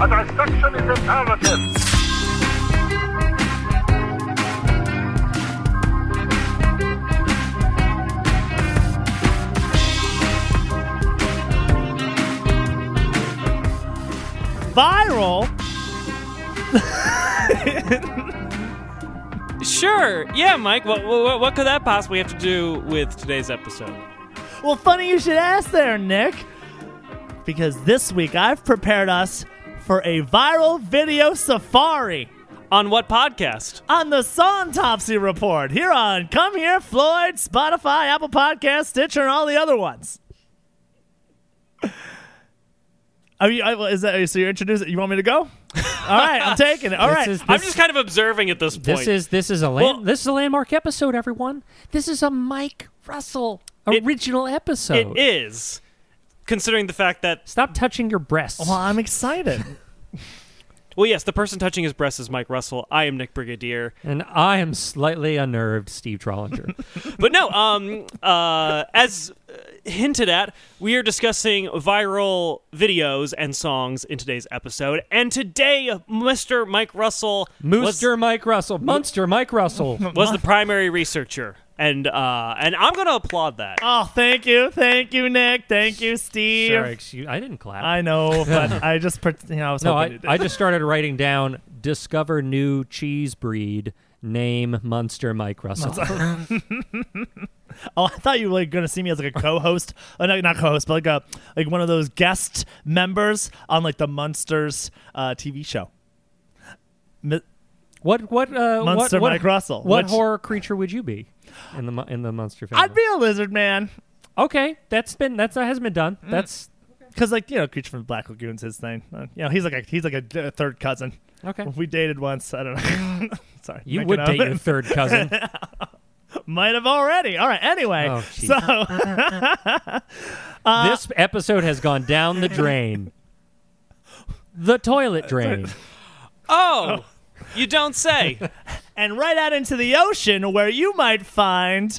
A dissection is imperative. Viral? Sure. Yeah, Mike. What, what, what could that possibly have to do with today's episode? Well, funny you should ask there, Nick. Because this week I've prepared us for a viral video safari On what podcast? on the Songtopsy Report here on Come Here, Floyd, Spotify, Apple Podcast, Stitcher, and all the other ones. Are you, I- is that, so you're introducing, you want me to go? All right, I'm taking it. All This right. is- I'm just kind of observing at this point. This is this is a land, Well- this is a landmark episode, everyone. This is a Mike Russell It- original It episode. is. Considering the fact that, Stop touching your breasts. well, I'm excited. well, yes, the person touching his breast is Mike Russell. I am Nick Brigadier. And I am slightly unnerved, Steve Trollinger. But no, um, uh, as uh, hinted at, we are discussing viral videos and songs in today's episode. And today, Mr. Mike Russell was, Mooster Mike Russell. Munster Mike Russell. was the primary researcher. And uh, and I'm going to applaud that. oh, thank you. Thank you, Nick. Thank you, Steve. Sorry, excuse I didn't clap. I know, but I just, per- you know, I was no, hoping I, you did. I just started writing down discover new cheese breed name Munster Mike Russell. Oh, I thought you were like, gonna see me as like a co-host, uh, not, not co-host, but like a like one of those guest members on like the Munsters uh, TV show. Mi- What what uh, Munster what, what, Mike Russell. What Which- horror creature would you be in the mu- in the Munster family? I'd be a lizard man okay. That's been that's that has been done. That's because like you know, creature from the Black Lagoon's his thing. Uh, you know, he's like a, he's like a d- a third cousin. okay. We dated once. I don't know. Sorry, You making would up. date your third cousin. Might have already. All right. Anyway, Oh, jeez. so this episode has gone down the drain. The Uh, toilet drain. Oh, you don't say. and right out into the ocean where you might find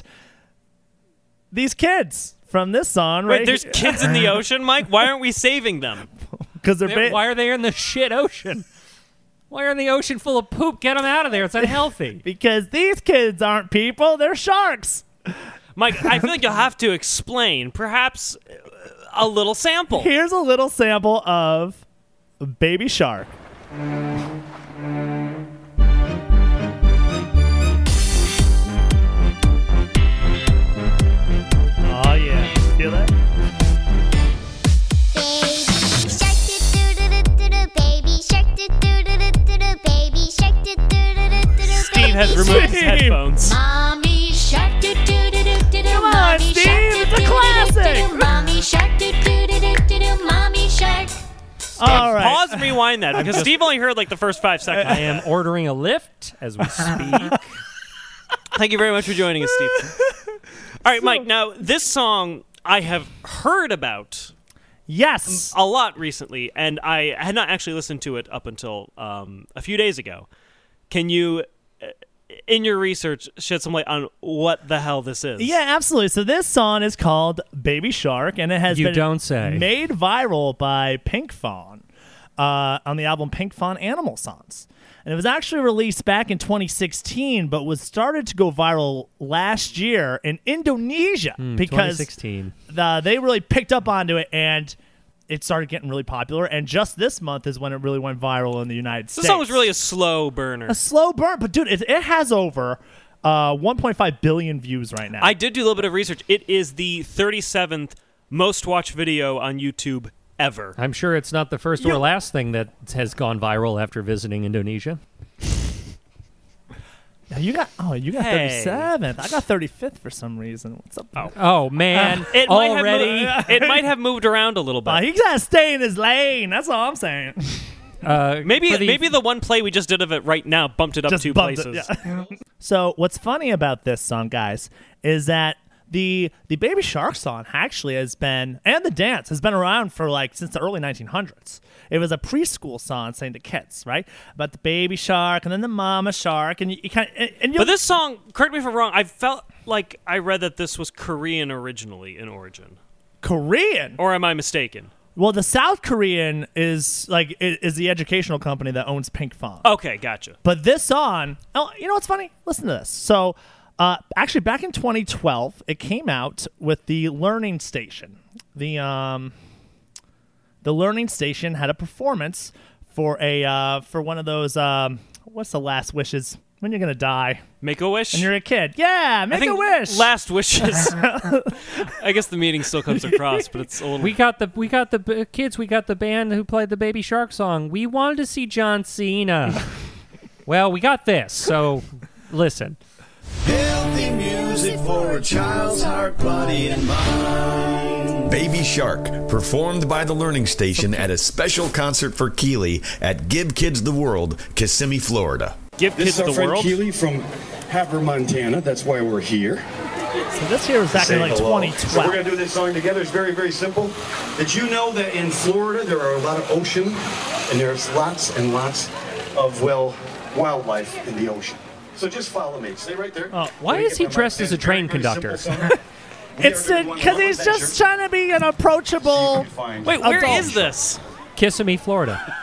these kids from this song. Wait, right there's here. kids in the ocean, Mike. Why aren't we saving them? Because they're, They're- ba- why are they in the shit ocean? Why are in the ocean full of poop? Get them out of there. It's unhealthy. because these kids aren't people; they're sharks. Mike, I feel like you'll have to explain, perhaps uh, a little sample. Here's a little sample of Baby Shark. Oh, Oh yeah, feel that? Steve has removed his Steve. headphones. Mommy shark do do do do do do Come on, mommy Steve, shark it's a classic. do, do, do, do, do, Mommy shark do do do do do do mommy shark All right. Pause and rewind that because Steve only heard like the first five I seconds. am ordering a lift as we speak. Thank you very much for joining us, Steve. All right, Mike. Now this song I have heard about Yes. a lot recently, and I had not actually listened to it up until um, a few days ago. Can you, uh, in your research, shed some light on what the hell this is? Yeah, absolutely. So this song is called Baby Shark, and it has You been don't say. made viral by Pink Fawn uh, on the album Pink Fawn Animal Songs. And it was actually released back in 2016, but was started to go viral last year in Indonesia Hmm, because 2016. the, they really picked up onto it and it started getting really popular. And just this month is when it really went viral in the United This States. song was really a slow burner. a slow burn, but dude, it, it has over uh, 1.5 billion views right now. I did do a little bit of research. It is the 37th most watched video on YouTube ever. I'm sure it's not the first or last thing that has gone viral after visiting Indonesia. Now you got oh you got Hey. 37th. I got 35th for some reason. What's up? Oh, Oh man! Uh, It Already, might have mo- it might have moved around a little bit. Uh, he gotta stay in his lane. That's all I'm saying. uh, maybe for the- maybe the one play we just did of it right now bumped it up Just two bumped it, places. yeah. so what's funny about this song, guys, is that the the Baby Shark song actually has been and the dance has been around for like since the early 1900s. It was a preschool song saying to kids, right, about the baby shark and then the mama shark, and you, you kind and, and you. But this song, correct me if I'm wrong, I felt like I read that this was Korean originally in origin. Korean. Or am I mistaken? Well, the South Korean is like i- is the educational company that owns Pink Fong. Okay, gotcha. But this song, oh, you know what's funny? Listen to this. So, uh, actually, back in 2012, it came out with the Learning Station. The um, the Learning Station had a performance for a uh, for one of those um, what's the last wishes when you're gonna die Make a wish. and you're a kid. Yeah, I make think a wish. Last wishes. I guess the meaning still comes across, but it's a little. We got the we got the b- kids. We got the band who played the Baby Shark song. We wanted to see John Cena. well, we got this. So listen. Healthy music for a child's heart, body, and mind. Baby Shark, performed by the Learning Station at a special concert for Keeley at Give Kids the World, Kissimmee, Florida. give kids This is our the friend world. Keeley from Havre, Montana. That's why we're here. So this year was back in Say like hello. So 2012. we're going to do this song together. It's very, very simple. Did you know that in Florida there are a lot of ocean, and there's lots and lots of well wildlife in the ocean. So just follow me. Stay right there. Oh, why Let me is get he my mic dressed stand. as a train Very, very simple song. We are It's everyone because one he's adventure. just trying to be an approachable. You can find- Wait, where Adult. is this? Kissimmee, Florida.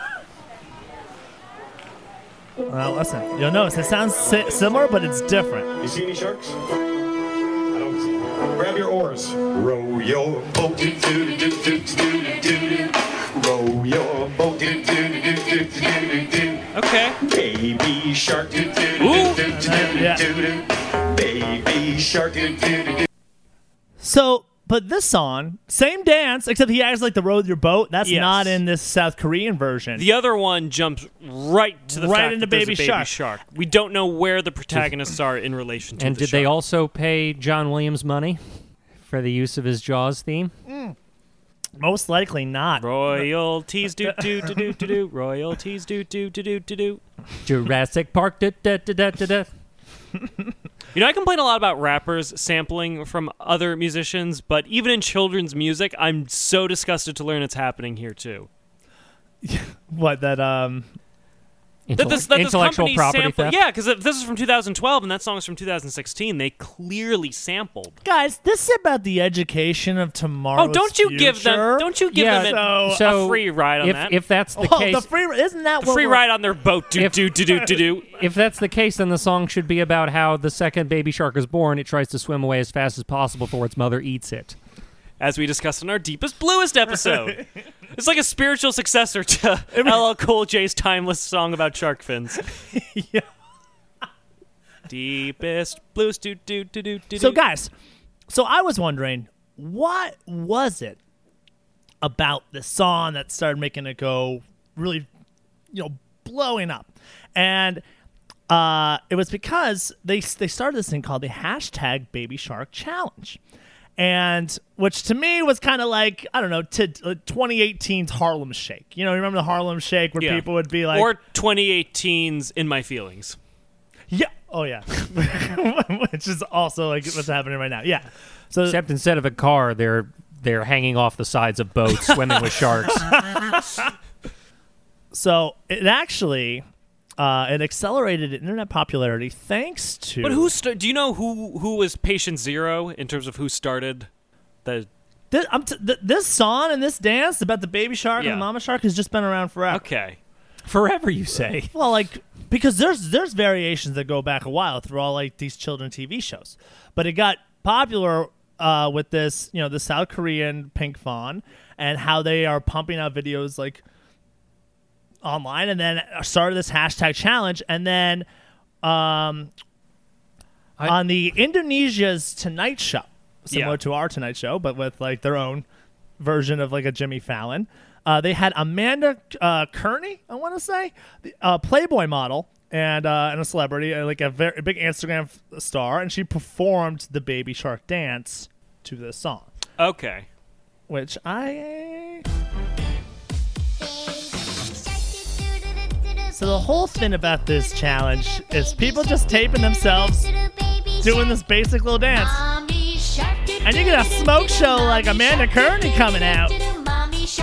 Well, listen, you'll notice it sounds si- similar, but it's different. You see any sharks? I don't see. them. Grab your oars. Row your boat. Do-do-do-do-do-do-do. Row your boat. Do-do-do-do-do-do-do. Okay. Baby shark. Ooh. Do-do-do-do-do-do. Baby shark. Do-do-do-do-do. So, but this song, same dance, except he acts like the row your boat. That's Yes. not in this South Korean version. The other one jumps right to the Right fact into that there's Baby a baby Shark. We don't know where the protagonists are in relation to. And the did they shark. also pay John Williams money for the use of his Jaws theme? Most likely not. royalties? Do do do do do do royalties? Do do do do do do. Jurassic Park. Da, da, da, da, da, da. You know, I complain a lot about rappers sampling from other musicians, but even in children's music, I'm so disgusted to learn it's happening here too. What that um That this, that this intellectual company property sampled, theft. yeah, because this is from 2012 and that song's from 2016. They clearly sampled. guys, this is about the education of tomorrow. Oh, don't you give them? Don't you give Yeah, them a, so- a free ride on if, that? Oh, If that's the Well, case, the free isn't that what free we're- ride on their boat. Do If- do do do do do. if that's the case, then the song should be about how the second baby shark is born, it tries to swim away as fast as possible before its mother eats it. As we discussed in our deepest bluest episode, it's like a spiritual successor to LL Cool J's timeless song about shark fins. Yeah. Deepest bluest do do do do do. So do. guys, so I was wondering what was it about the song that started making it go really you know blowing up. And uh, it was because they they started this thing called the hashtag Baby Shark Challenge, and which to me was kind of like I don't know to uh, 2018's Harlem Shake. You know, you remember the Harlem Shake where Yeah. people would be like, or 2018's "In My Feelings." yeah, oh yeah, which is also like what's happening right now. Yeah, so Except instead of a car, they're they're hanging off the sides of boats, swimming with sharks. so it actually. Uh, it accelerated internet popularity thanks to But who sta- do you know who who was patient zero in terms of who started the? this, I'm t- th- this song and this dance about the baby shark Yeah. and the mama shark has just been around forever. Okay, Forever, you say. Well, like because there's there's variations that go back a while through all like these children TV shows, but it got popular uh, with this you know the South Korean Pink Fawn and how they are pumping out videos like online and then started this hashtag challenge and then um, on the Indonesia's Tonight Show, similar Yeah. to our Tonight Show, but with like their own version of like a Jimmy Fallon. Uh, they had Amanda uh, Kearney, I want to say, the, uh, Playboy model and uh, and a celebrity, uh, like a very big Instagram f- star, and she performed the Baby Shark dance to this song, okay. which I So the whole thing about this challenge is people just taping themselves doing this basic little dance. And you get a smoke show like Amanda Kearney coming out. Everybody's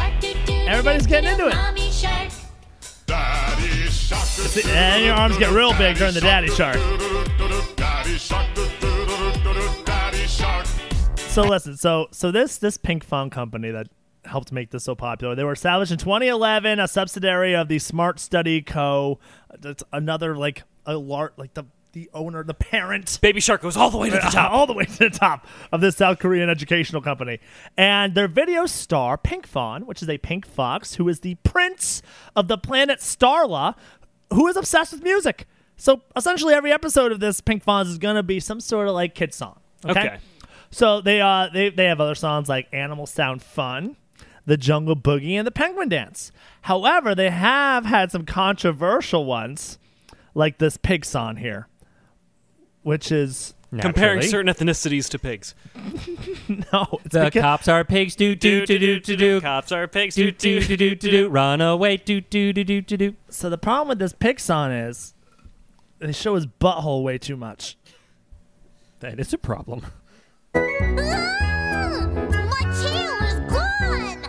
Everybody's getting into it. it. Daddy shark. And your arms get real big during the daddy shark. Daddy shark. Daddy shark. So listen, so so this this pink phone company that helped make this so popular. They were established in 2011, a subsidiary of the Smart Study Co. That's another like a lar- like the the owner, the parent Baby Shark goes all the way to the Uh, top. all the way to the top of this South Korean educational company. And their video star, Pink Fawn, which is a pink fox, who is the prince of the planet Starla, who is obsessed with music. So essentially, every episode of this Pink Fawn is going to be some sort of like kid song. Okay. Okay. So they uh they, they have other songs like Animal Sound Fun, The Jungle Boogie, and The Penguin Dance. However, they have had some controversial ones, like this pig song here, which is Comparing Naturally. certain ethnicities to pigs. no, it's The because- cops are pigs. Do do do do do do. Cops are pigs. Do do do do do do. Run away. Do do do do do do. So the problem with this pig song is they show his butthole way too much. That is a problem. Hmm, My tail is gone.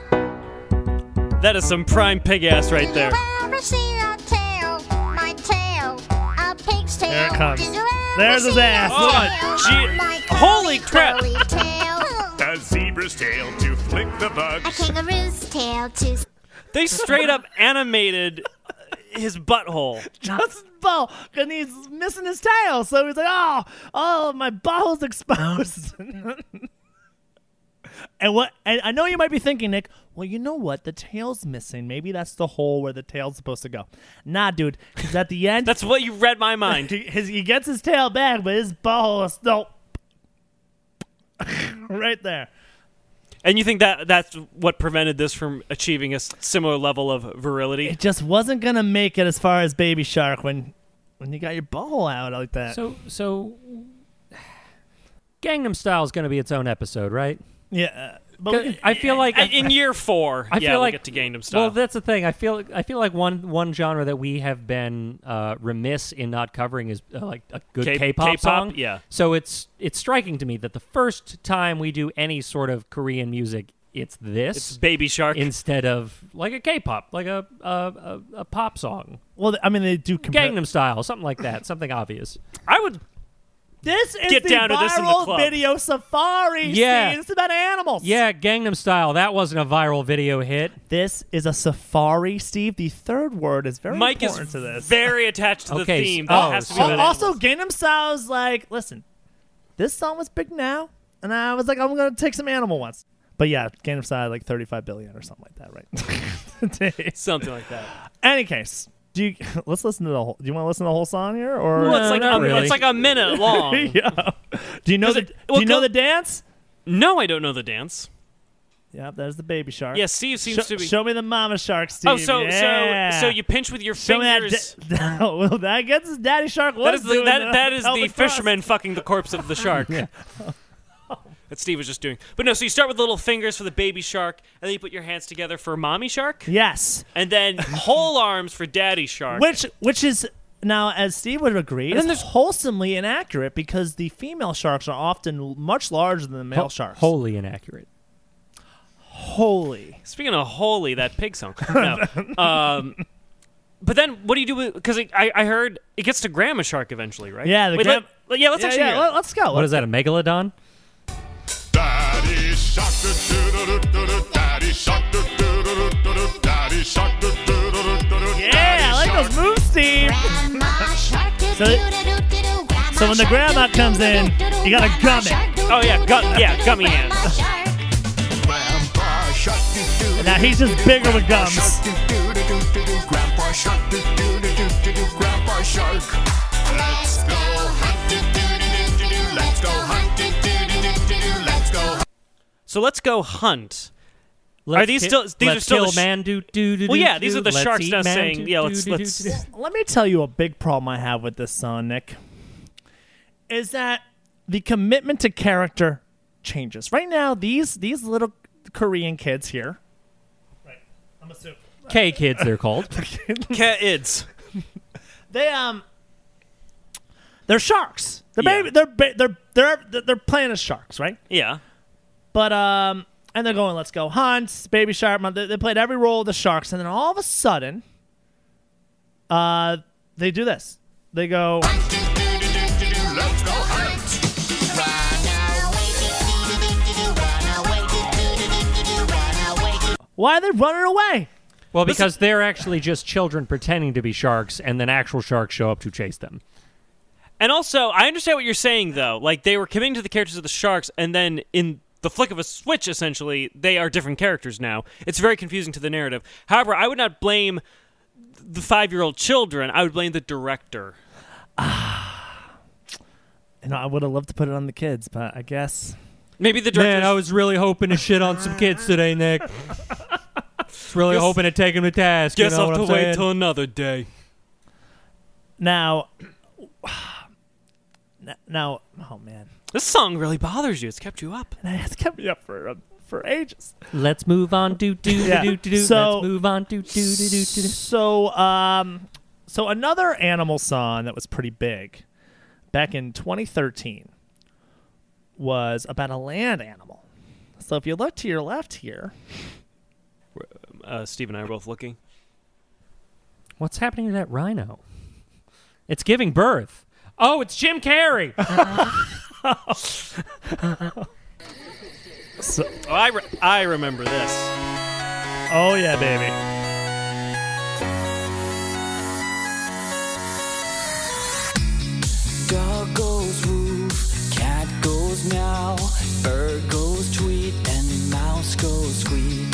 That is some prime pig ass right Did there. you ever see that tail? My tail. A pig's tail. There it comes. Did you ever There's his see ass. a Oh, tail? gee. My Holy curly, crap. curly tail. A zebra's tail to flick the bug. A kangaroo's tail to They straight up animated uh, his butthole. Just his butthole, and he's missing his tail. So he's like, oh, oh, my butthole's exposed. and what? And I know you might be thinking, Nick. Well, you know what? The tail's missing. Maybe that's the hole where the tail's supposed to go. Nah, dude. Because at the end, That's what you read my mind. He- his, he gets his tail back, but his butthole is still right there. And you think that that's what prevented this from achieving a s- similar level of virility? It just wasn't gonna make it as far as Baby Shark when when you got your butthole out like that. So so. Gangnam Style is going to be its own episode, right? yeah, uh, but we 'Cause can- I feel like I- In year four, I yeah, feel we'll like get to Gangnam Well, Style. that's the thing. I feel I feel like one one genre that we have been uh, remiss in not covering is uh, like a good K- K- pop K-pop, song. yeah. So it's it's striking to me that the first time we do any sort of Korean music, it's this it's Baby Shark. instead of like a K-pop, like a a, a, a pop song, well, I mean they do. Compare- Gangnam Style, something like that, something obvious. I would This is Get the down to viral this in the club. video safari. Yeah. scene. it's about animals. Yeah, Gangnam Style. That wasn't a viral video hit. this is a safari, Steve. The third word is very Mike is important to this. very attached to the Okay, theme. so- That oh, has to be so- what it Al- is. also, Gangnam Style's like, listen, this song was big now, and I was like, I'm gonna take some animal ones. But yeah, Gangnam Style like 35 billion or something like that, right? Today. something like that. Any case, do you let's listen to the whole? Do you want to listen to the whole song here, or Well, it's like not a, really. it's like a minute long. yeah? Do you know Does the it- well, Do you know go- the dance? no, I don't know the dance. Yep, there's the baby shark. Yeah, Steve seems Sho- to be. Show me the mama shark, Steve. oh, so yeah. so so you pinch with your Show me that. fingers. da- No, well, that gets his daddy shark. that was is the, doing that, that is the pelvic thrust. fisherman fucking the corpse of the shark. That Steve was just doing. But no, so you start with little fingers for the baby shark, and then you put your hands together for mommy shark, Yes, and then whole arms for daddy shark. which which is now as Steve would agree, is then there's- wholesomely inaccurate because the female sharks are often much larger than the male sharks. Wholly inaccurate. Holy. Speaking of holy, that pig song. No. um, but then what do you do with. Because I, I heard it gets to grandma shark eventually, right? Yeah, the Wait, gram- let- yeah, let's yeah, actually yeah, hear it. let- let's go. What is that? A megalodon? Daddy shark do do do do do daddy shark do do do do do daddy shark do do do do do Yeah, I like those moves, Steve. grandma shark. So- so when the grandma comes in, you gotta gum it. Oh, yeah, gu- yeah, gummy hands. Grandpa Shark do do Now he's just bigger with gums. do do do do do. Grandpa Shark do do do do do do. Grandpa Shark. Let's go hunt. Let's go hunt. Let's go hunt. So let's go hunt. Let's these ki- still- these are let's still the kill sh- man do do do. Well, do, yeah, these do, are the let's sharks eat now man, saying, do, yeah, do, let's- do, let's- do, do. Let me tell you a big problem I have with this song, Nick. Is that the commitment to character changes. Right now, these these little Korean kids here. Right. I'm assuming. K kids, they're called. Cat ids. They um they're sharks. They're Yeah. baby, they're ba- they're they're they're playing as sharks, right? Yeah. But um, and they're going, let's go hunt, baby shark. They, they played every role of the sharks, and then all of a sudden, uh, they do this. They go, let's go Run away, do do do do do, run away, do do do do do, run away, do Why are they running away? Well, because they're actually just children pretending to be sharks, and then actual sharks show up to chase them. And also, I understand what you're saying though. Like they were committing to the characters of the sharks, and then in the flick of a switch, essentially, they are different characters now. It's very confusing to the narrative. However, I would not blame the five-year-old children. I would blame the director. And I would have loved to put it on the kids, but I guess Maybe the director. was really hoping to shit on some kids today, Nick. really hoping to take them to task. guess I'll have to wait till another day. now. n- Now, oh man, This song really bothers you. It's kept you up. it's kept me up for um, for ages. Let's move on. Do do Yeah. do do do. So- Let's move on. Do do do do do. So, um, so another animal song that was pretty big back in 2013 was about a land animal. So if you look to your left here, Uh, Steve and I are both looking. What's happening to that rhino? It's giving birth. Oh, it's Jim Carrey. Oh, I re- I remember this. oh yeah, baby. Dog goes woof, cat goes meow, bird goes tweet, and mouse goes squeak.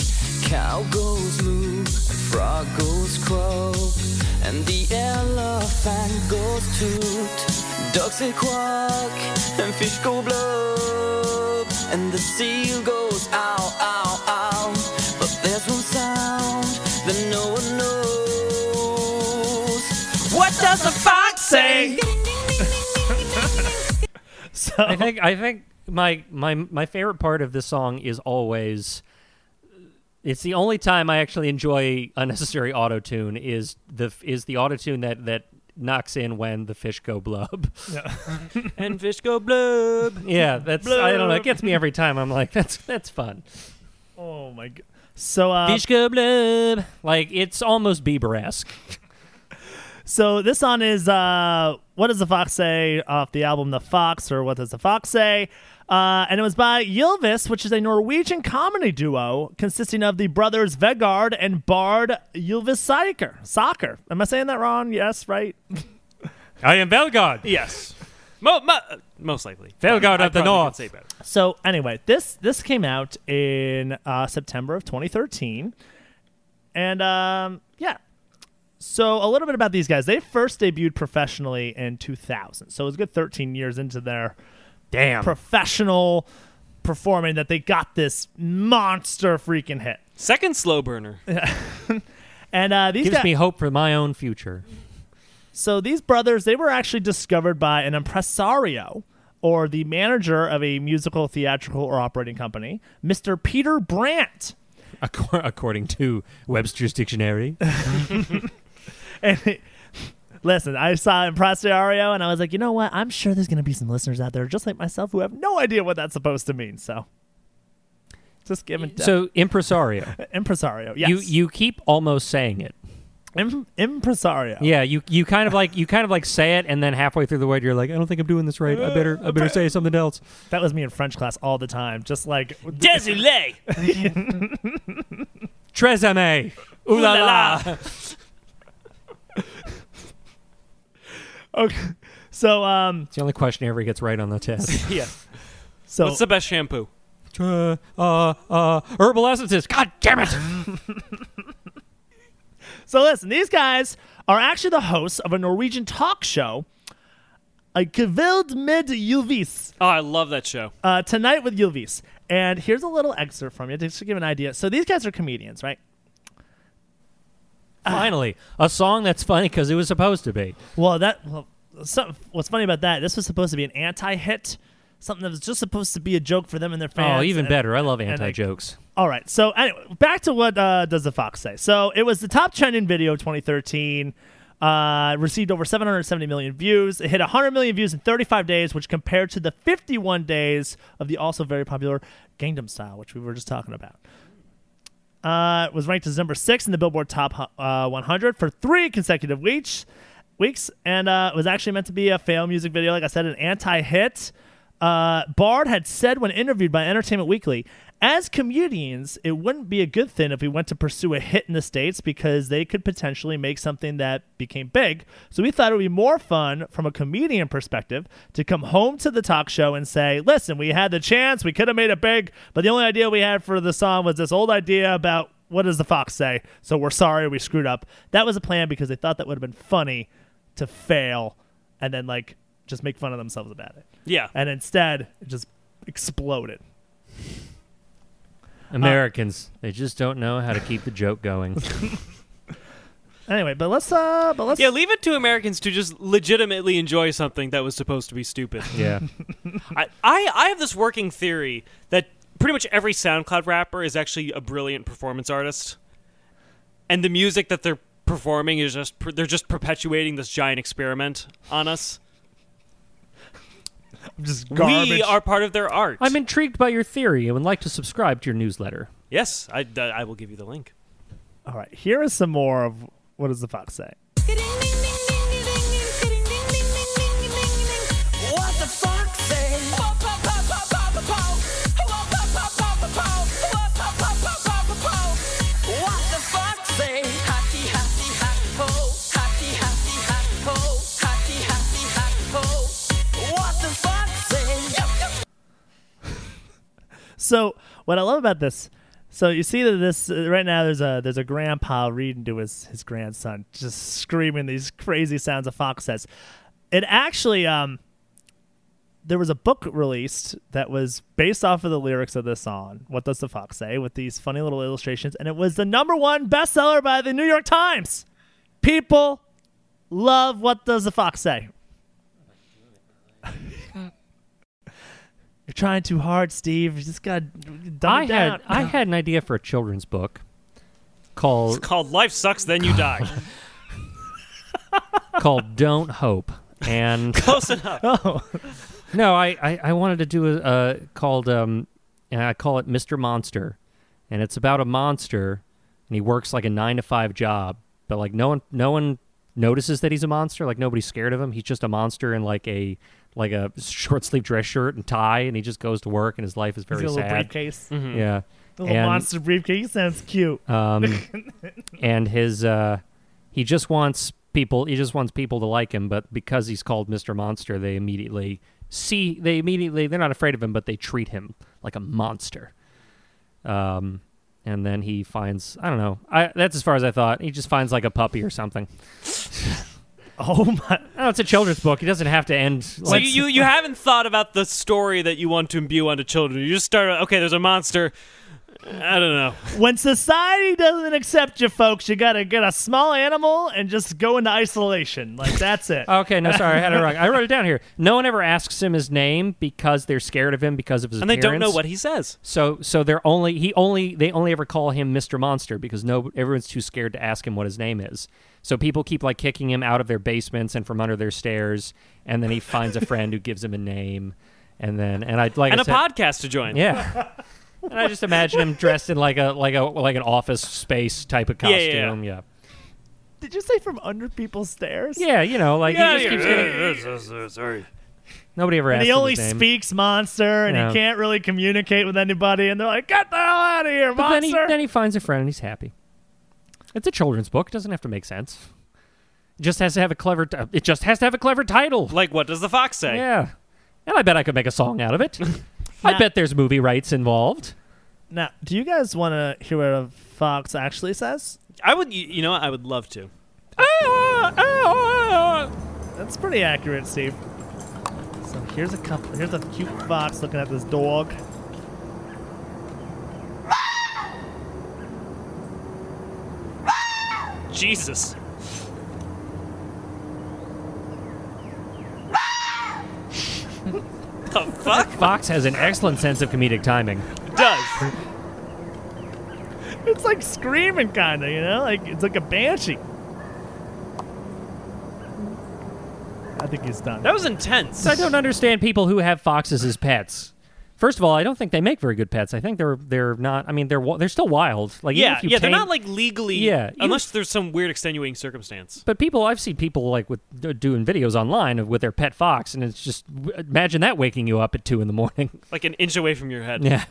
Cow goes moo, frog goes crow, and the elephant goes toot. Ducks say quack, and fish go blub, and the seal goes ow, ow, ow. But there's one sound that no one knows. What does a fox say? I think I think my my my favorite part of this song is always it's the only time I actually enjoy unnecessary auto tune is the is the auto tune that that knocks in when the fish go blub. And fish go blub. Yeah, that's I don't know. It gets me every time. I'm like, that's that's fun. Oh my god. So uh, Fish go blub. Like it's almost Bieber esque. so this song is uh, what does the fox say off the album The Fox or what does the fox say? Uh, and it was by Ylvis, which is a Norwegian comedy duo consisting of the brothers Vegard and Bard Ylvis Soccer. Soccer. Am I saying that wrong? Yes, right. I am Belgod. Yes. Mo- mo- most likely. Belgod I of the probably North. could say better. So anyway, this this came out in uh, September of 2013, and um, yeah. So a little bit about these guys. They first debuted professionally in 2000, so it was a good 13 years into their Damn. professional performing that they got this monster freaking hit. Second slow burner. And uh, these Gives guys, me hope for my own future. so these brothers, they were actually discovered by an impresario or the manager of a musical, theatrical, or operating company, Mr. Peter Brandt. Accor- according to Webster's dictionary. And he- listen, I saw Impresario and I was like, you know what? I'm sure there's going to be some listeners out there just like myself who have no idea what that's supposed to mean. So just giving So impresario. Impresario. Yes. You you keep almost saying it. Im- impresario. Yeah, you you kind of like you kind of like say it, and then halfway through the word, you're like, I don't think I'm doing this right. I better I better say something else. That was me in French class all the time. Just like Désolé. Tres amis. Ooh la la. okay. So um It's the only question he ever gets right on the test. yeah. so What's the best shampoo? uh, uh, uh, herbal essences. God damn it. So listen, these guys are actually the hosts of a Norwegian talk show, a Kvild med Ylvis, Oh, I love that show. uh, tonight with Ylvis. And here's a little excerpt from you just to give an idea. So these guys are comedians, right? Finally, a song that's funny because it was supposed to be. Well, that well, some, what's funny about that? This was supposed to be an anti-hit, something that was just supposed to be a joke for them and their fans. Oh, even and- better. I love and anti jokes. All right. So anyway, back to what uh, does the fox say? So it was the top trending video of 2013. Uh, received over 770 million views. It hit 100 million views in 35 days, which compared to the 51 days of the also very popular Gangnam Style, which we were just talking about. Uh, it was ranked as number six in the Billboard Top uh, 100 for three consecutive weeks. Weeks and uh, it was actually meant to be a fail music video, like I said, an anti-hit. Uh, Bard had said when interviewed by Entertainment Weekly, as comedians, it wouldn't be a good thing if we went to pursue a hit in the States because they could potentially make something that became big. So we thought it would be more fun from a comedian perspective to come home to the talk show and say, listen, we had the chance, we could have made it big, but the only idea we had for the song was this old idea about what does the fox say? So we're sorry we screwed up. That was a plan because they thought that would have been funny to fail and then like just make fun of themselves about it. Yeah. And instead, it just exploded. Americans, they just don't know how to keep the joke going. Anyway, but let's uh but let's Yeah, leave it to Americans to just legitimately enjoy something that was supposed to be stupid. yeah. I, I, I have this working theory that pretty much every SoundCloud rapper is actually a brilliant performance artist, and the music that they're performing is just they're just perpetuating this giant experiment on us. just garbage. We are part of their art. I'm intrigued by your theory and would like to subscribe to your newsletter. yes, I, I I will give you the link. All right, here is some more of what does the fox say? What the fuck say? What the fuck say? Hacky, hacky, hack po. Hacky, hacky, hack po. Hacky, hacky, hack po. What the fuck say? So what I love about this, so you see that this uh, right now there's a there's a grandpa reading to his his grandson, just screaming these crazy sounds a fox says. It actually um there was a book released that was based off of the lyrics of this song, What Does the Fox Say, with these funny little illustrations, and it was the number one bestseller by the New York Times. People love What Does the Fox Say. You're trying too hard, Steve. You just gotta I die down. had I had an idea for a children's book called Called "Life Sucks, Then You Die." called Don't Hope. And Oh. Close enough. no, I, I, I wanted to do a uh, called um and I call it Mr. Monster. And it's about a monster and he works like a 9 to 5 job, but like no one no one notices that he's a monster, like nobody's scared of him. He's just a monster in like a like a short sleeve dress shirt and tie and he just goes to work and his life is He's very got a little sad. briefcase. Yeah. A little And- Uh, monster briefcase sounds cute. and his uh he just wants people he just wants people to like him but because he's called mr monster they immediately see they immediately they're not afraid of him but they treat him like a monster um and then he finds i don't know i that's as far as i thought he just finds like a puppy or something oh my! oh it's a children's book he doesn't have to end So like, you, you you haven't thought about the story that you want to imbue onto children. You just start. Okay, there's a monster. I don't know. When society doesn't accept you, folks, you gotta get a small animal and just go into isolation. Like that's it. okay no sorry i had it wrong i wrote it down here no one ever asks him his name because they're scared of him because of his And they don't know appearance. what he says. So so they're only he only they only ever call him Mr. Monster because no everyone's too scared to ask him what his name is. So people keep like kicking him out of their basements and from under their stairs and then he finds a friend who gives him a name and then and I like And I a said- podcast to join. Yeah. and I just imagine him dressed in like a like a like an office space type of Yeah, yeah, costume. yeah. yeah. Did you say from under people's stairs? Yeah, you know, like he just keeps getting Sorry. nobody ever And asks he him only his name. speaks monster, and Yeah. he can't really communicate with anybody. And they're like, "Get the hell out of here, But then monster!" he, then he finds a friend and he's happy. It's a children's book. It doesn't have to make sense. It just has to have a clever. T- it just has to have a clever title. Like, what does the fox say? Yeah, and I bet I could make a song out of it. I bet there's movie rights involved. now, do you guys want to hear what a fox actually says? I would, you you know, what? I would love to. That's pretty accurate, Steve. So here's a couple. Here's a cute fox looking at this dog. Jesus. the fuck Fox has an excellent sense of comedic timing. does? It's like screaming, kind of, you know? Like, it's like a banshee. I think he's done. That was intense. I don't understand people who have foxes as pets. First of all, I don't think they make very good pets. I think they're they're not. I mean, they're wa- they're still wild. Like even yeah, if you yeah, they're tame- not like legally. Yeah, even unless there's some weird extenuating circumstance. But people, I've seen people like with d- doing videos online of with their pet fox, and it's just w- imagine that waking you up at two in the morning. like an inch away from your head. yeah,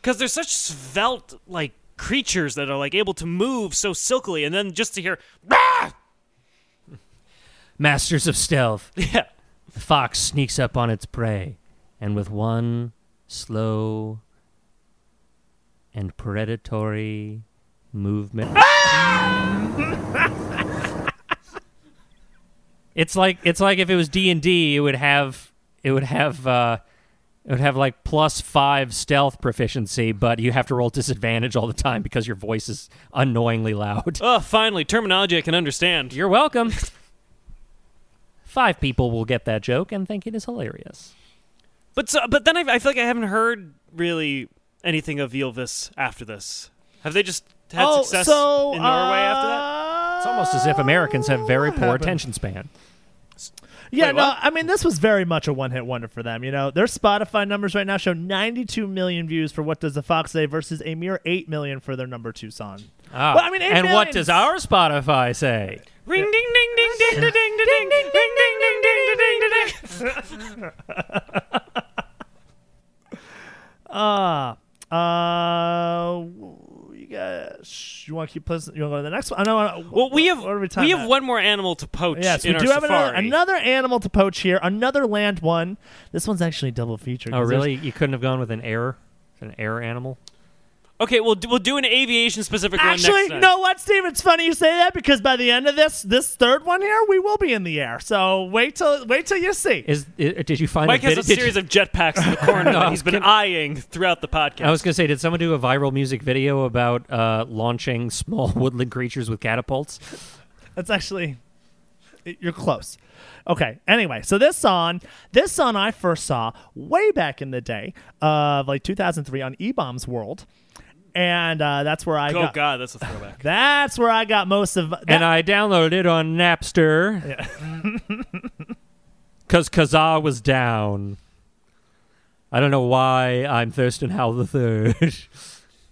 Because they're such svelte, like creatures that are like able to move so silkily, and then just to hear, "Rah!" masters of stealth. yeah, The fox sneaks up on its prey, and with one slow and predatory movement. it's like it's like if it was D and D, it would have it would have uh, it would have like plus five stealth proficiency, but you have to roll disadvantage all the time because your voice is annoyingly loud. oh, finally terminology I can understand. You're welcome. Five people will get that joke and think it is hilarious. But so, but then I, I feel like I haven't heard really anything of Ylvis after this. Have they just had oh, success so, uh, in Norway after that? It's almost as if Americans have very poor attention span. Yeah, Wait, no, what? I mean this was very much a one-hit wonder for them. You know, their Spotify numbers right now show 92 million views for "What Does the Fox Say" versus a mere 8 million for their number two song. Ah, Well, I mean, eight and million what does is- our Spotify say? Ring ding ding ding ding ding ding ding ding ding ding ding ding ding ding ding. Uh, you guys, you want to keep listening? You want to go to the next one? I know. Well, we have what are we talking we have about? one more animal to poach Yes, in we our do have another, safari. another animal to poach here. Another land one. This one's actually double featured. Oh, 'cause really? You couldn't have gone with an air, an air animal? Okay, we'll do, we'll do an aviation specific one Actually, next you time. know what, Steve? It's funny you say that because by the end of this, this third one here, we will be in the air. So wait till wait till you see. Is i uh, did you find Mike a has vid- a did you- series of jetpacks in the corner that he's been eyeing throughout the podcast. Oh, I was gonna say, did someone do a viral music video about uh, launching small woodland creatures with catapults? That's actually it- you're close. Okay. Anyway, so this song, this song I first saw way back in the day of like 2003 on E-Bombs World, and uh, that's where I oh got. god, that's a throwback. That's where I got most of. That, And uh, I downloaded it on Napster. Because Kazaa was down. I don't know why I'm Thurston Howell the Third.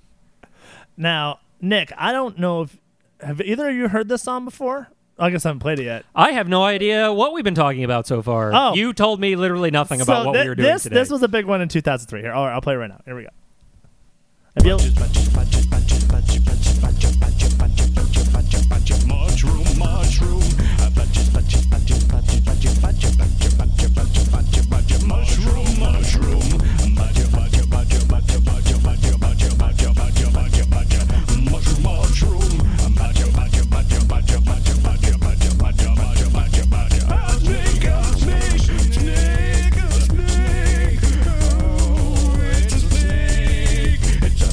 now, Nick, I don't know if have either of you heard this song before. I guess I haven't played it yet. I have no idea what we've been talking about so far. Oh. You told me literally nothing about so what thi- we were doing this today. this was a big one in 2003. Here, all right, I'll play it right now. Here we go. Have you- Mushroom, mushroom. Mushroom, mushroom. Mushroom, mushroom. Snake, a snake, snake, a snake. Oh, it's a snake. It's a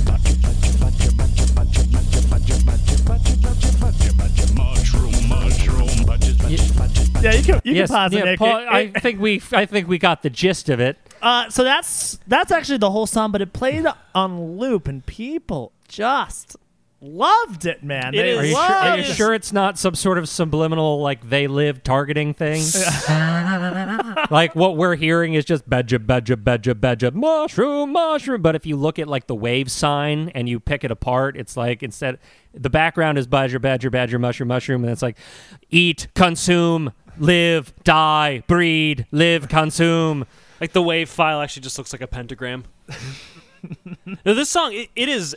mushroom, mushroom. yeah, you can you yes, can pause it, yeah, Nick. Paul, It- I it- think we I think we got the gist of it. Uh, so that's that's actually the whole song, but it played on loop, and people just loved it, man. It They is- Are you, sure, loved are you it. sure it's not some sort of subliminal like they live targeting thing? like what we're hearing is just badja badja badja badja mushroom mushroom. But if you look at like the wave sign and you pick it apart, it's like instead the background is badger badger badger mushroom mushroom, and it's like eat consume live die breed live consume. Like the wave file actually just looks like a pentagram. now this song, it, it is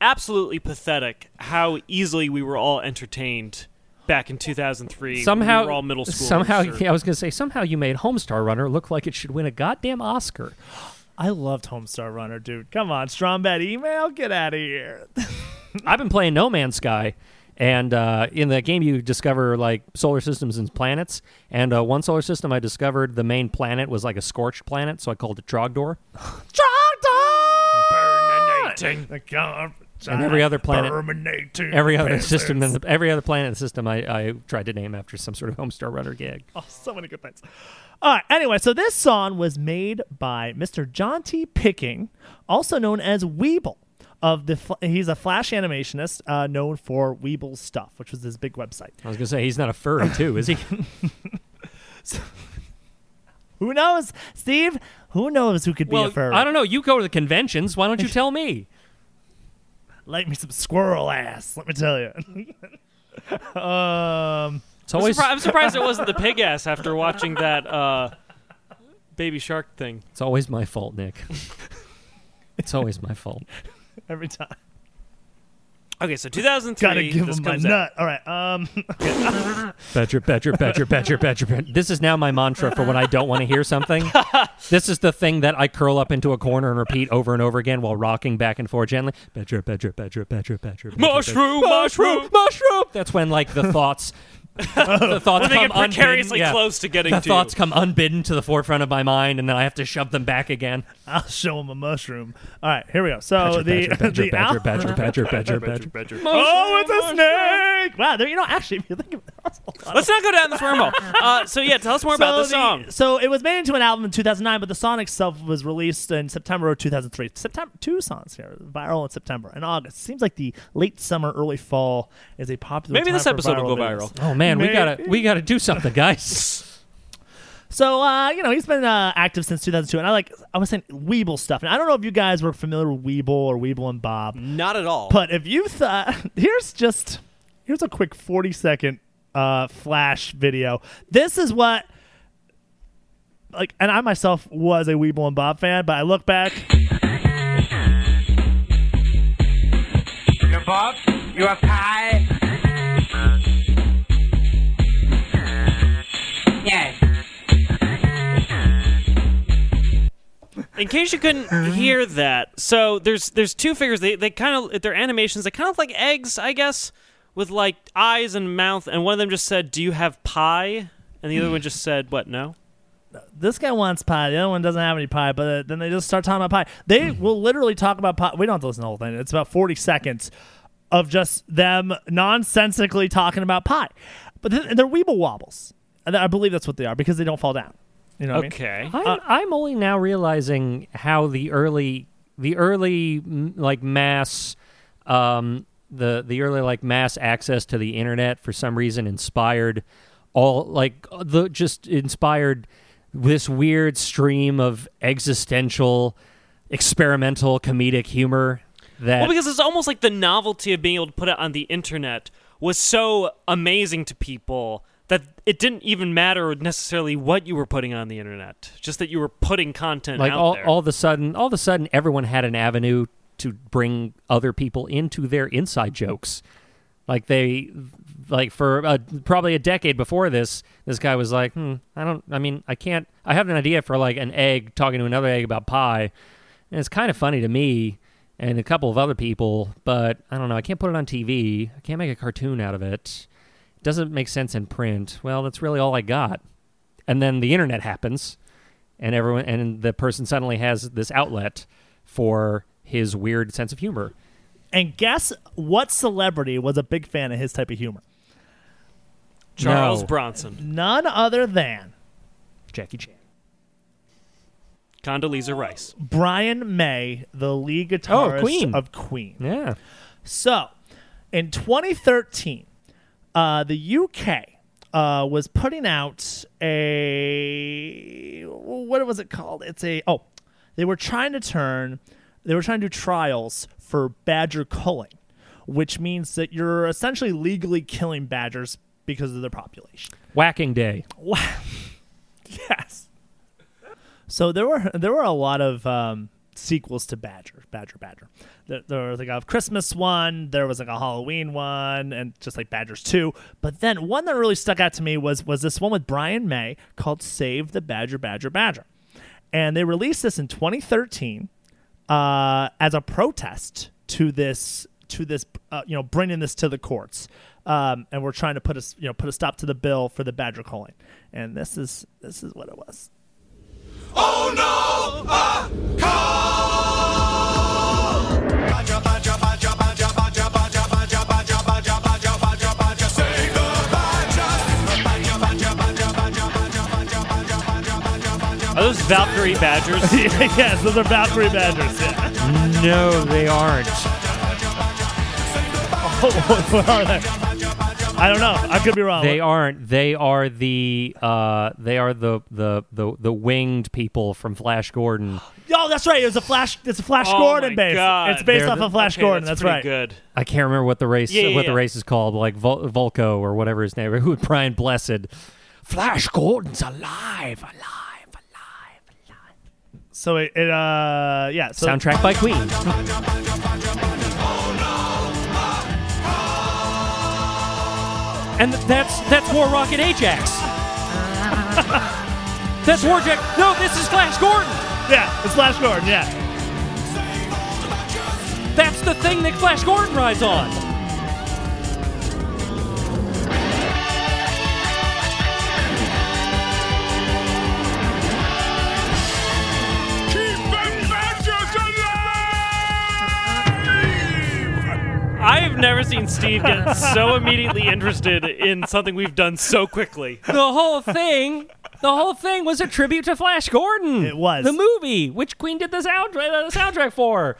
absolutely pathetic how easily we were all entertained back in 2003. when Somehow we were all middle school. Somehow or, yeah, I was gonna say somehow you made Homestar Runner look like it should win a goddamn Oscar. I loved Homestar Runner, dude. Come on, Strombat email, get out of here. I've been playing No Man's Sky, and uh, in that game you discover like solar systems and planets. And uh, one solar system I discovered, the main planet was like a scorched planet, so I called it Trogdor. And every other planet- Every other system, in the, every other planet in the system, I, I tried to name after some sort of Homestar Runner gig. Oh, so many good things. All right. Anyway, so this song was made by Mr. John T. Picking, also known as Weeble. Of the, fl- he's a flash animationist uh, known for Weeble stuff, which was his big website. I was gonna say he's not a furry too, is he? Who knows, Steve? Who knows who could be Well, a furry? I don't know. You go to the conventions. Why don't you tell me? Light me some squirrel ass. Let me tell you. um, It's always Surpri- I'm surprised it wasn't the pig ass after watching that uh, baby shark thing. it's always my fault, Nick. it's always my fault. every time. Okay, so 2003. Gotta give this him my comes out. nut. All right. Um, Badger, badger, badger, badger, badger, badger. This is now my mantra for when I don't want to hear something. this is the thing that I curl up into a corner and repeat over and over again while rocking back and forth gently. Badger, badger, badger, badger, badger. badger, Mushroom, badger. mushroom. mushroom. That's when like the thoughts, the thoughts When they come get precariously unbidden, yeah. close to getting The to thoughts you. come unbidden to the forefront of my mind, and then I have to shove them back again. I'll show him a mushroom. All right, here we go. So Oh, Badger, the badger, the badger, badger, al- badger, badger, badger, badger, badger. Oh, it's a snake! Wow, there, you know, actually, if you think of it, that's a lot. Let's not go down this wormhole. Uh, so yeah, tell us more about the song. so it was made into an album in 2009, but the song itself was released in September of 2003. September, two songs here, viral in September and August. Seems like the late summer, early fall is a popular. Maybe time this for episode will go viral. videos. viral. Oh man, we Maybe. gotta we gotta do something, guys. So uh, you know he's been uh, active since 2002, and I like I was saying Weeble stuff, and I don't know if you guys were familiar with Weeble or Weeble and Bob, Not at all. but if you thought here's just here's a quick 40 second uh, flash video. This is what like, and I myself was a Weeble and Bob fan, but I look back. You're Bob. You're a pie. Yes. in case you couldn't hear that, so there's there's two figures. They they kind of their animations. They kind of look like eggs, I guess, with like eyes and mouth. And one of them just said, "Do you have pie?" And the other one just said, "What? No." this guy wants pie. The other one doesn't have any pie. But uh, then they just start talking about pie. They will literally talk about pie. We don't have to listen to the whole thing. It's about forty seconds of just them nonsensically talking about pie. But th- they're weeble wobbles. And I believe that's what they are because they don't fall down. You know what Okay. Uh, I'm, I'm only now realizing how the early the early m- like mass um the the early like mass access to the internet for some reason inspired all like the just inspired this weird stream of existential experimental comedic humor that Well, because it's almost like the novelty of being able to put it on the internet was so amazing to people that it didn't even matter necessarily what you were putting on the internet, just that you were putting content like out all, there. all of a sudden all of a sudden everyone had an avenue to bring other people into their inside jokes like they like for uh probably a decade before this this guy was like hmm i don't i mean i can't i have an idea for like an egg talking to another egg about pie and it's kind of funny to me and a couple of other people but i don't know i can't put it on tv i can't make a cartoon out of it it doesn't make sense in print well that's really all i got and then the internet happens and everyone and the person suddenly has this outlet for his weird sense of humor. And guess what celebrity was a big fan of his type of humor? Charles No. Bronson, None other than Jackie Chan. Condoleezza Rice. Brian May, the lead guitarist Queen. of Queen. Yeah. So, in 2013, uh, the UK uh, was putting out a what was it called? It's a oh, they were trying to turn, they were trying to do trials for badger culling, which means that you're essentially legally killing badgers because of their population. Whacking Day. Yes. So there were there were a lot of um, sequels to Badger, Badger, Badger. There, there was like a Christmas one, there was like a Halloween one, and just like Badgers two. But then one that really stuck out to me was was this one with Brian May called "Save the Badger, Badger, Badger," and they released this in 2013 uh, as a protest to this to this uh, you know bringing this to the courts um, and we're trying to put a s- you know put a stop to the bill for the badger calling and this is this is what it was Are those Valkyrie Badgers? yes those are valkyrie badgers yeah. No, they aren't. oh, what are they I don't know. I could be wrong. They aren't. They are the uh, they are the, the the the winged people from Flash Gordon. oh, that's right. It was a Flash. It's a Flash Oh Gordon my base. God. It's based They're off the- of Flash Okay, Gordon. That's, That's, pretty right. Good. I can't remember what the race Yeah, yeah, what yeah. the race is called, like Vol- Volko or whatever his name. Who Brian Blessed? Flash Gordon's alive, alive, alive. So it, it uh yeah. So Soundtrack by Queen. And th- that's that's War Rocket Ajax. that's War Jack. No, this is Flash Gordon. Yeah, it's Flash Gordon. Yeah. That's the thing that Flash Gordon rides on. I have never seen Steve get so immediately interested in something we've done so quickly. The whole thing, the whole thing was a tribute to Flash Gordon. It was. the movie which Queen did the soundtrack, the soundtrack for.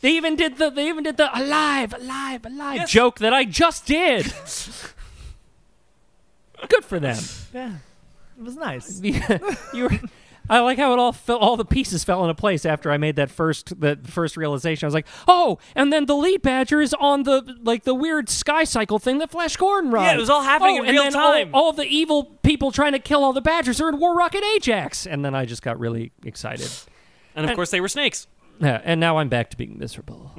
They even did the they even did the alive, alive, alive joke that I just did. Good for them. Yeah. It was nice. you were, I like how it all fell, all the pieces fell into place after I made that first that first realization. I was like, oh, and then the lead badger is on the like the weird sky cycle thing that Flash Gordon rides. it was all happening Oh, in and real then all- time. All, the evil people trying to kill all the badgers are in War Rocket Ajax, and then I just got really excited. And of course, they were snakes. Yeah, and now I'm back to being miserable.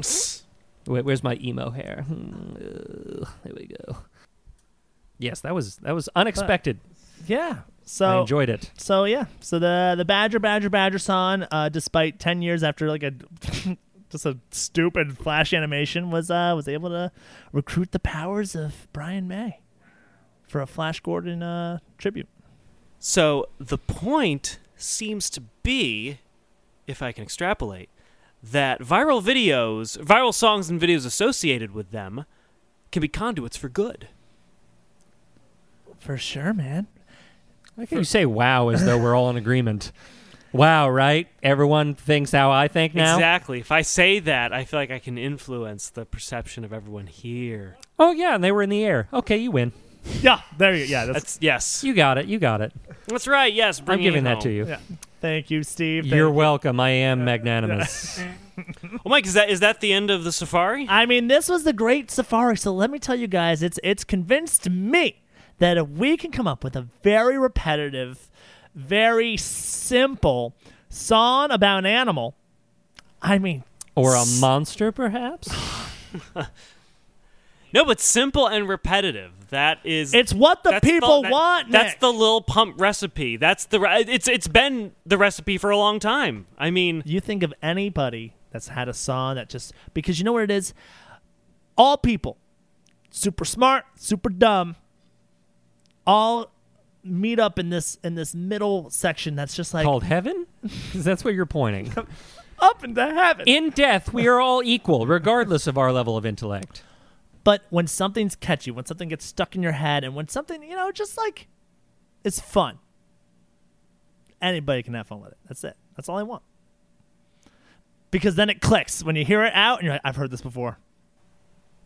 Wait, where's my emo hair? Hmm, ugh, there we go. Yes, that was that was unexpected. Yeah. I So enjoyed it. So yeah, so the the Badger Badger Badger song, uh, despite ten years after like a just a stupid flash animation, was uh was able to recruit the powers of Brian May for a Flash Gordon uh, tribute. So the point seems to be, if I can extrapolate, that viral videos, viral songs and videos associated with them can be conduits for good. For sure, man. Why can't you say wow as though we're all in agreement? Wow, right? Everyone thinks how I think now? Exactly. If I say that, I feel like I can influence the perception of everyone here. Oh, yeah, and they were in the air. Okay, you win. Yeah, there you go. Yeah, that's, That's yes. You got it. You got it. That's right. Yes, I'm bringing it giving that to home. you. yeah. Thank you, Steve. You're Thank- welcome. I am magnanimous. Well, Mike, is that is that the end of the safari? I mean, this was the great safari. So let me tell you guys, it's it's convinced me that if we can come up with a very repetitive, very simple song about an animal, I mean, or a monster, perhaps? No, but simple and repetitive. That is. it's what the that's people that- want. That's Nick. the Lil Pump recipe. That's the. re- It's it's been the recipe for a long time. I mean, You think of anybody that's had a song that just because you know what it is? All people, super smart, super dumb, all meet up in this in this middle section that's just like Called heaven? 'Cause that's where you're pointing. up into heaven. In death, we are all equal, regardless of our level of intellect. But when something's catchy, when something gets stuck in your head, and when something, you know, just like it's fun, anybody can have fun with it. That's it. That's all I want. Because then it clicks when you hear it out, and you're like, I've heard this before.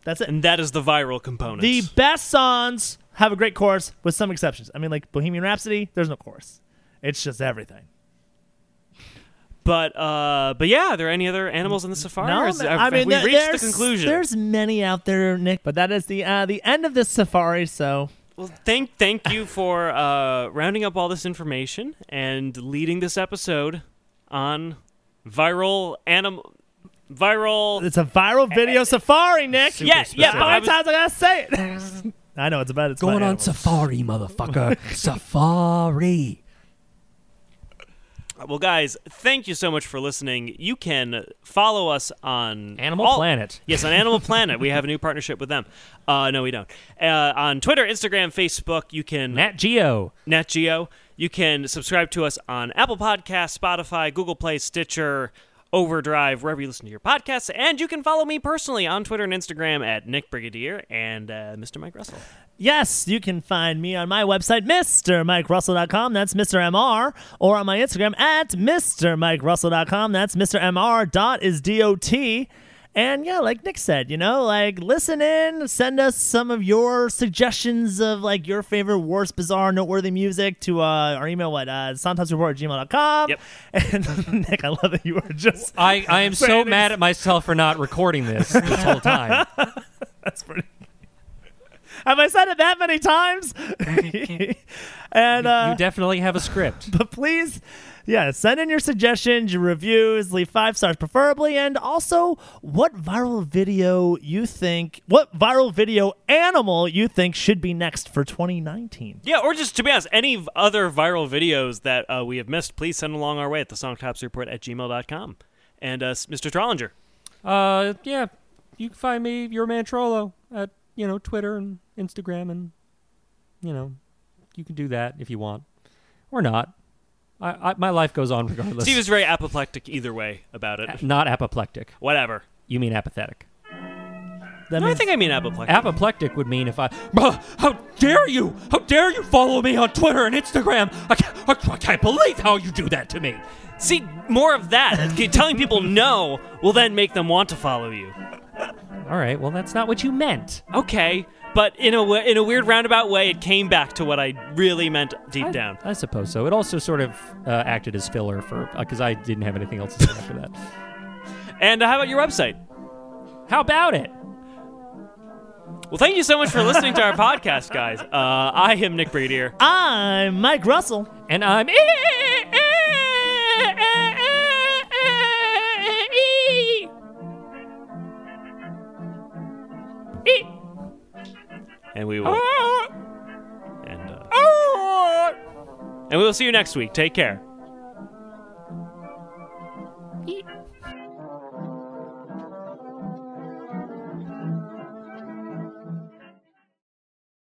That's it. and that is the viral component. The best songs have a great chorus with some exceptions. I mean, like Bohemian Rhapsody, there's no chorus, it's just everything. but uh, but yeah, are there any other animals in the safari? or is- man, have- I mean, have we there- reached the there's- conclusion. There's many out there, Nick, but that is the uh, the end of this safari. So Well, thank thank you for uh, rounding up all this information and leading this episode on viral animal viral It's a viral video safari, Nick. Yeah, yeah, specific. I Five was- times I gotta say it. I know it's about it's about animals. safari, motherfucker. safari. Well, guys, thank you so much for listening. You can follow us on Animal Planet. Yes, on Animal Planet. We have a new partnership with them. Uh, no, we don't. Uh, on Twitter, Instagram, Facebook, you can Nat Geo. Nat Geo. You can subscribe to us on Apple Podcasts, Spotify, Google Play, Stitcher, Overdrive, wherever you listen to your podcasts. And you can follow me personally on Twitter and Instagram at Nick Brigadier and uh, Mr. Mike Russell. Yes, you can find me on my website, MrMikeRussell.com. That's Mr. MR. Or on my Instagram at MrMikeRussell.com. That's Mr. MR. Dot is DOT. And yeah, like Nick said, you know, like listen in, send us some of your suggestions of like your favorite worst, bizarre, noteworthy music to uh, our email, what, uh, sometimes@gmail.com. Yep. And Nick, I love that you were just, I, I am so Brandon's- mad at myself for not recording this this whole time. that's pretty. Have I said it that many times? and uh, you definitely have a script. but please yeah send in your suggestions your reviews leave five stars preferably and also what viral video you think what viral video animal you think should be next for 2019 Yeah, or just to be honest, any v- other viral videos that uh, we have missed, please send along our way at the songtopsreport at gmail.com. And uh, s- Mr. Trollinger. Uh, yeah, you can find me, your man Trollo, at you know Twitter and Instagram, and you know you can do that if you want or not. I, I my life goes on regardless. Steve is very apoplectic either way about it. not apoplectic. Whatever. You mean apathetic? that No, I means- think I mean apoplectic. Apoplectic would mean if I. Bruh, how dare you! How dare you follow me on Twitter and Instagram! I can't, I can't believe how you do that to me! See, more of that. K- Telling people no will then make them want to follow you. All right, well, that's not what you meant. Okay, but in a, w- in a weird roundabout way, it came back to what I really meant deep I- down. I suppose so. It also sort of uh, acted as filler for because I didn't have anything else to say after that. And uh, how about your website? How about it? Well, thank you so much for listening to our podcast, guys. Uh, I am Nick Breedier. i'm mike russell And I'm. And we will. And, uh, and we will see you next week. Take care.